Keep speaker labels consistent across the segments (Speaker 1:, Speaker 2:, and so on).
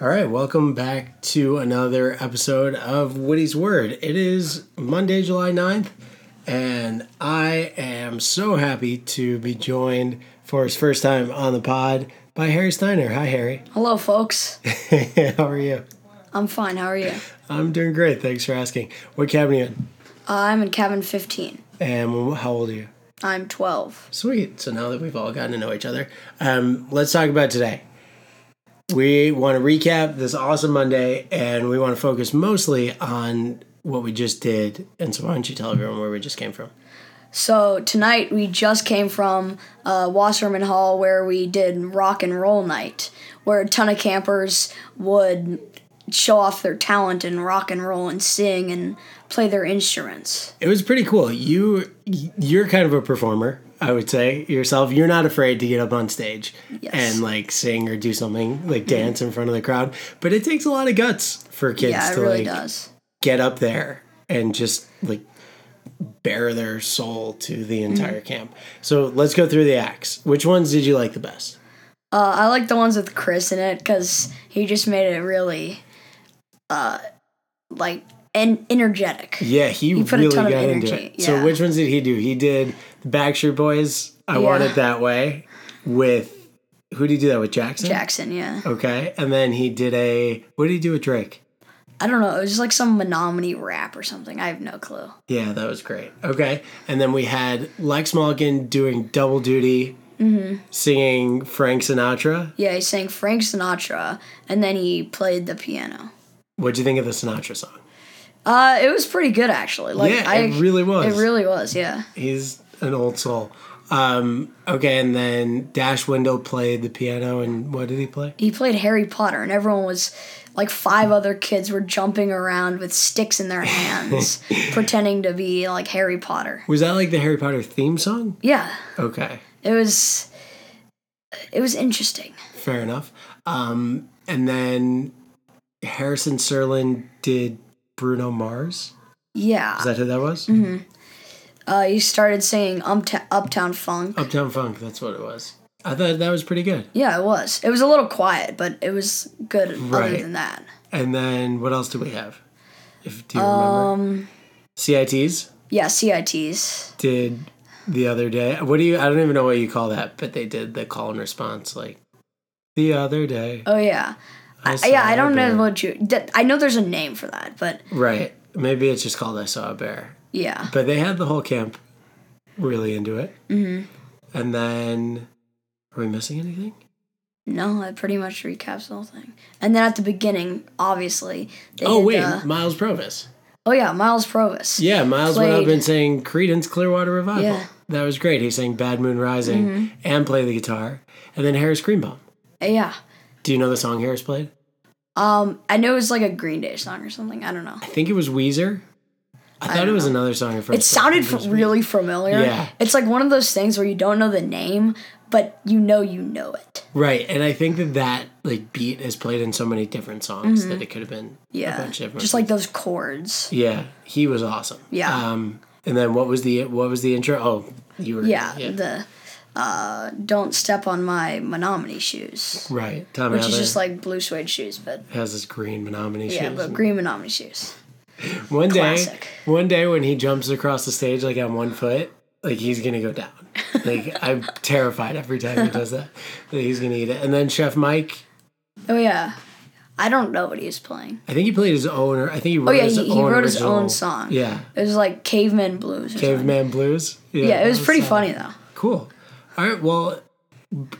Speaker 1: All right, welcome back to another episode of Woody's Word. It is Monday, July 9th, and I am so happy to be joined for his first time on the pod by Harry Steiner. Hi, Harry.
Speaker 2: Hello, folks.
Speaker 1: How are you?
Speaker 2: I'm fine. How are you?
Speaker 1: I'm doing great. Thanks for asking. What cabin are you in?
Speaker 2: Uh, I'm in cabin 15.
Speaker 1: And how old are you?
Speaker 2: I'm 12.
Speaker 1: Sweet. So now that we've all gotten to know each other, um, let's talk about today. We want to recap this awesome Monday, and we want to focus mostly on what we just did. And so, why don't you tell everyone where we just came from?
Speaker 2: So tonight we just came from uh, Wasserman Hall where we did rock and roll night, where a ton of campers would show off their talent and rock and roll and sing and play their instruments.
Speaker 1: It was pretty cool. You you're kind of a performer, I would say yourself. You're not afraid to get up on stage
Speaker 2: Yes. Mm-hmm.
Speaker 1: and like sing or do something like dance in front of the crowd. But it takes a lot of guts for kids
Speaker 2: yeah, it
Speaker 1: to
Speaker 2: really
Speaker 1: like
Speaker 2: does.
Speaker 1: get up there and just like bare their soul to the entire camp. So let's go through the acts. Which ones did you like the best?
Speaker 2: Uh, I like the ones with Chris in it because he just made it really, uh, like en- energetic.
Speaker 1: Yeah, he,
Speaker 2: put a
Speaker 1: really
Speaker 2: ton
Speaker 1: got
Speaker 2: of
Speaker 1: into
Speaker 2: energy,
Speaker 1: it. So
Speaker 2: yeah.
Speaker 1: which ones did he do? He did the Backstreet Boys, I Want
Speaker 2: Yeah.
Speaker 1: It That Way, with who did he do that with? Jackson?
Speaker 2: Jackson, yeah.
Speaker 1: Okay. And then he did a what did he do with Drake?
Speaker 2: I don't know. It was just like some Menominee rap or something. I have no clue.
Speaker 1: Yeah, that was great. Okay. And then we had Lex Mulligan doing double duty,
Speaker 2: Mm-hmm.
Speaker 1: singing Frank Sinatra.
Speaker 2: Yeah, he sang Frank Sinatra, and then he played the piano.
Speaker 1: What'd you think of the Sinatra song?
Speaker 2: Uh, it was pretty good actually. Like,
Speaker 1: Yeah,
Speaker 2: I,
Speaker 1: it really was.
Speaker 2: It really was. Yeah.
Speaker 1: He's an old soul. Um, okay, and then Dash Window played the piano, and what did he play?
Speaker 2: He played Harry Potter, and everyone was like five other kids were jumping around with sticks in their hands, pretending to be like Harry Potter.
Speaker 1: Was that like the Harry Potter theme song?
Speaker 2: Yeah,
Speaker 1: Okay,
Speaker 2: it was. It was interesting.
Speaker 1: fair enough. Um, and then Harrison Serlin did Bruno Mars.
Speaker 2: Yeah.
Speaker 1: Is that who that was?
Speaker 2: Mm-hmm. Uh, he started singing Upta- Uptown Funk.
Speaker 1: Uptown Funk. That's what it was. I thought that was pretty good.
Speaker 2: Yeah, it was. It was a little quiet, but it was good other
Speaker 1: Right.
Speaker 2: than that.
Speaker 1: And then what else do we have? If do you remember?
Speaker 2: Um,
Speaker 1: CITs
Speaker 2: yeah, CITs.
Speaker 1: did the other day. What do you? I don't even know what you call that, but they did the call and response like the other day.
Speaker 2: Oh yeah.
Speaker 1: I
Speaker 2: I,
Speaker 1: saw
Speaker 2: yeah, I
Speaker 1: a
Speaker 2: don't know
Speaker 1: bear.
Speaker 2: what you. That, I know there's a name for that, but
Speaker 1: Right. Maybe it's just called I Saw a Bear.
Speaker 2: yeah,
Speaker 1: But they had the whole camp really into it. Mm-hmm. And then, are we missing anything?
Speaker 2: no, that pretty much recaps the whole thing. And then at the beginning, obviously, they
Speaker 1: Oh
Speaker 2: did,
Speaker 1: wait,
Speaker 2: uh,
Speaker 1: Miles Provis.
Speaker 2: oh yeah, Miles Provis.
Speaker 1: Yeah, Miles went up
Speaker 2: played-
Speaker 1: and sang Credence Clearwater Revival.
Speaker 2: Yeah. Mm-hmm.
Speaker 1: That was great. He sang Bad Moon Rising and played the guitar. And then Harris Greenbaum.
Speaker 2: Uh, yeah.
Speaker 1: Do you know the song Harris played?
Speaker 2: Um, I know it was like a Green Day song or something. I don't know.
Speaker 1: I think it was Weezer. I, thought it
Speaker 2: don't
Speaker 1: was another song.
Speaker 2: It sounded f- really familiar.
Speaker 1: Yeah.
Speaker 2: It's like one of those things where you don't know the name, but you know you know it.
Speaker 1: right, and I think that that like beat is played in so many different songs
Speaker 2: Mm-hmm.
Speaker 1: that it could have been a
Speaker 2: Yeah.
Speaker 1: bunch of different.
Speaker 2: Just like those chords.
Speaker 1: Yeah, he was awesome.
Speaker 2: Yeah.
Speaker 1: Um, and then what was the what was the intro? Oh, you were
Speaker 2: Yeah. The uh, don't step on my Menominee shoes,
Speaker 1: right. Tom
Speaker 2: which
Speaker 1: Adler
Speaker 2: is just like blue suede shoes, but
Speaker 1: has his green Menominee
Speaker 2: Yeah,
Speaker 1: shoes.
Speaker 2: but green Menominee shoes.
Speaker 1: one day,
Speaker 2: classic.
Speaker 1: one day when he jumps across the stage like on one foot, like he's gonna go down. Like I'm terrified every time he does that. That he's gonna eat it. And then Chef Mike,
Speaker 2: Oh yeah, I don't know what he was playing.
Speaker 1: I think he played his own. Or I think he wrote
Speaker 2: Oh, yeah,
Speaker 1: his
Speaker 2: he- he
Speaker 1: own.
Speaker 2: wrote his
Speaker 1: original-
Speaker 2: own song.
Speaker 1: Yeah,
Speaker 2: It was like Caveman Blues. Or something.
Speaker 1: Caveman Blues.
Speaker 2: Yeah, it was
Speaker 1: that
Speaker 2: pretty
Speaker 1: solid.
Speaker 2: funny though.
Speaker 1: Cool. All right. Well,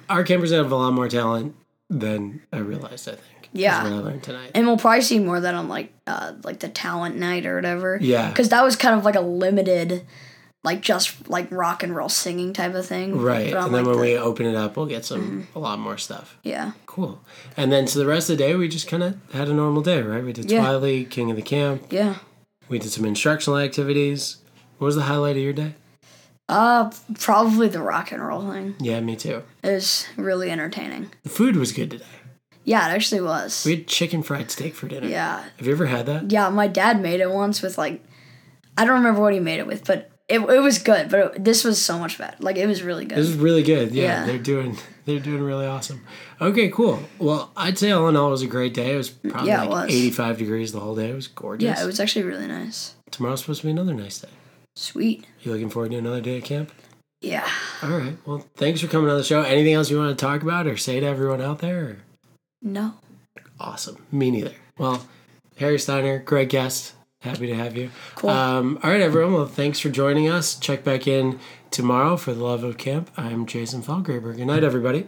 Speaker 1: our campers have a lot more talent than I realized. I think. is
Speaker 2: Yeah.
Speaker 1: what I learned tonight.
Speaker 2: And we'll probably see more of that on like uh, like the talent night or whatever.
Speaker 1: Yeah.
Speaker 2: Because that was kind of like a limited, like just like rock and roll singing type of thing.
Speaker 1: Right.
Speaker 2: But on,
Speaker 1: And then
Speaker 2: like, Mm-hmm.
Speaker 1: when
Speaker 2: the-
Speaker 1: we open it up, we'll get some a lot more stuff.
Speaker 2: yeah.
Speaker 1: Cool. And then so the rest of the day, we just kind of had a normal day, right? We did
Speaker 2: Yeah.
Speaker 1: Twilight, King of the Camp.
Speaker 2: Yeah.
Speaker 1: We did some instructional activities. What was the highlight of your day?
Speaker 2: Uh, probably the rock and roll thing.
Speaker 1: Yeah, me too.
Speaker 2: It was really entertaining.
Speaker 1: The food was good today.
Speaker 2: Yeah, it actually was.
Speaker 1: We had chicken fried steak for dinner.
Speaker 2: yeah.
Speaker 1: Have you ever had that?
Speaker 2: Yeah, my dad made it once with like I don't remember what he made it with, but It, it was good, but it, this was so much better. Like it was really good.
Speaker 1: This is really good. Yeah,
Speaker 2: Yeah.
Speaker 1: they're doing they're doing really awesome. Okay, cool. Well, I'd say all in all, it was a great day. It was probably
Speaker 2: Yeah, it
Speaker 1: like
Speaker 2: was.
Speaker 1: 85 degrees the whole day. It was gorgeous.
Speaker 2: yeah, it was actually really nice.
Speaker 1: Tomorrow's supposed to be another nice day.
Speaker 2: Sweet.
Speaker 1: You looking forward to another day at camp?
Speaker 2: Yeah.
Speaker 1: All right. Well, thanks for coming on the show. Anything else you want to talk about or say to everyone out there? Or-
Speaker 2: No.
Speaker 1: Awesome. Me neither. Well, Harry Steiner, great guest. Happy to have you.
Speaker 2: Cool.
Speaker 1: Um, all right, everyone. Well, thanks for joining us. Check back in tomorrow for the love of camp. I'm Jason Fallgraber. Good night, everybody.